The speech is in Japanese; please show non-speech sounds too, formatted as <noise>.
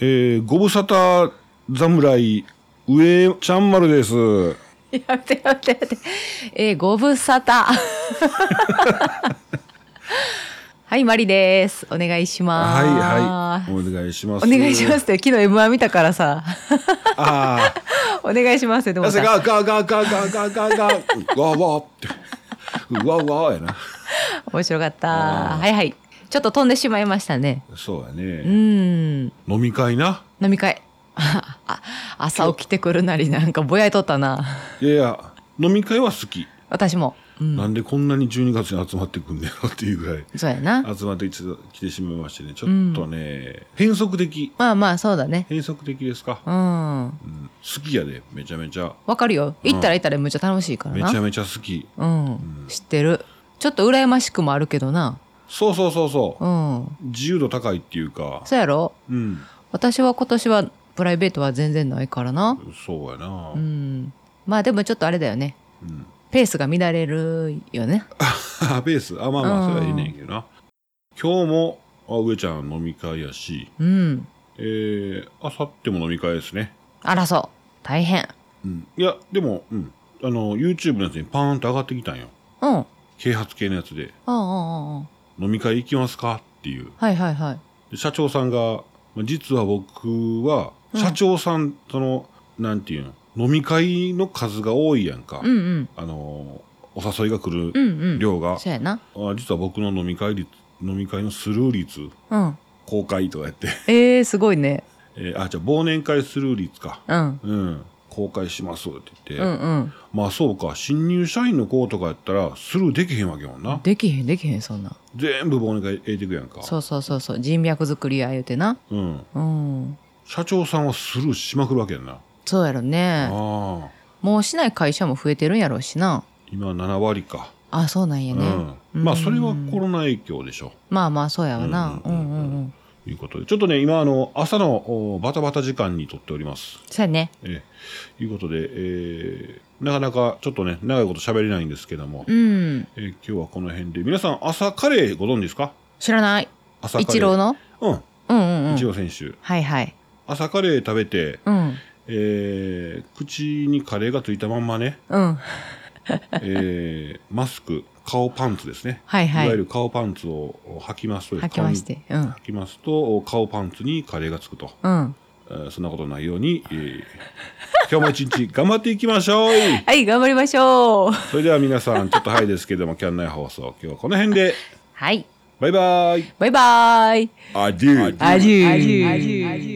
えー、ご無沙汰侍、上ちゃんまるです。 <laughs> やめてやめてやめて。えー、ご無沙汰。 <laughs> はい、マリです。お願いします。はいはい。お願いします。お願いしますっ。て、昨日 M1 見たからさ、 <laughs> あお願いしますって、であ。も汗さ、がガーガーガーガーガーガーガ <laughs> ー。うわうわって。うわうわやな。面白かった。はいはい。ちょっと飛んでしまいましたね。そうやうね。ん。飲み会な。飲み会。 <laughs> あ朝起きてくるなりなんかぼやいとったな。いやいや、飲み会は好き。私も。うん。なんでこんなに12月に集まってくんだよっていうぐらい。そうやな。集まってきてしまいましてね。ちょっとね、変則的。まあまあ、そうだね。変則的ですか。うん。うん好きやで、めちゃめちゃ。わかるよ。行ったら行ったらめっちゃ楽しいからめな。ちゃめちゃ好き。うん、知ってるちょっと羨ましくもあるけどなそうそうそうそうう。ん自由度高いっていうか。そうやろうん。私は今年はプライベートは全然ないからなそうやな <laughs> う。んまあでもちょっとあれだよねうん。ペースが乱れるよねあベース。あ、まあまあ、うんそれはいいねんけどな。今日も、あ、上ちゃん飲み会やし、うんえー、あさっても飲み会ですね。あらそう大変うん。いや、でも、うん。あの、YouTube のやつにパーンと上がってきたんよ。うんうん啓発系のやつで、うんうん飲み会行きますかっていう。はいはいはいで社長さんが、まあ実は僕は、うん社長さん、その、なんていうの、飲み会の数が多いやんか。うんうんあのー、お誘いが来るうんうん量が、そうやなあ実は僕の飲み会率、飲み会のスルー率、うん公開とかやって、 <laughs> えー、すごいね、えーあ、じゃあ忘年会スルー率か。うん、うん。公開しますって言って、うんうんまあそうか、新入社員の子とかやったら、スルーできへんわけもんな。できへんできへんそんな全部忘年会入れてくやんか。そうそうそうそう人脈作りや言うてなうん。うん社長さんはスルーしまくるわけやんな。そうやろねああ。もうしない会社も増えてるんやろうしな今7割か。あそうなんやね、うん。まあそれはうんコロナ影響でしょまあまあそうやわなううんんううんうんうんん、う。いうことで。ちょっとね、今あの、朝のおバタバタ時間にとっております。そうやねええ、いうことで、えーなかなかちょっとね、長いこと喋れないんですけども、うんえー今日はこの辺で、皆さん、朝カレーご存知ですか知らない朝カレー。一郎のうん、うんうんう一ん郎選手。はいはい朝カレー食べて、うんえー口にカレーがついたまんまね、うん <laughs> えーマスク、顔パンツですね。はいはいいわゆる顔パンツを履きますと。吐きましてう顔んに。履きますと、顔パンツにカレーがつくと。うんえーそんなことないように、えー今日も一日頑張っていきましょうはい頑張りましょうそれでは皆さん、ちょっと早いですけども、キャンナイ放送、今日はこの辺で、はいバイバイバイバイアデューアデューアデュー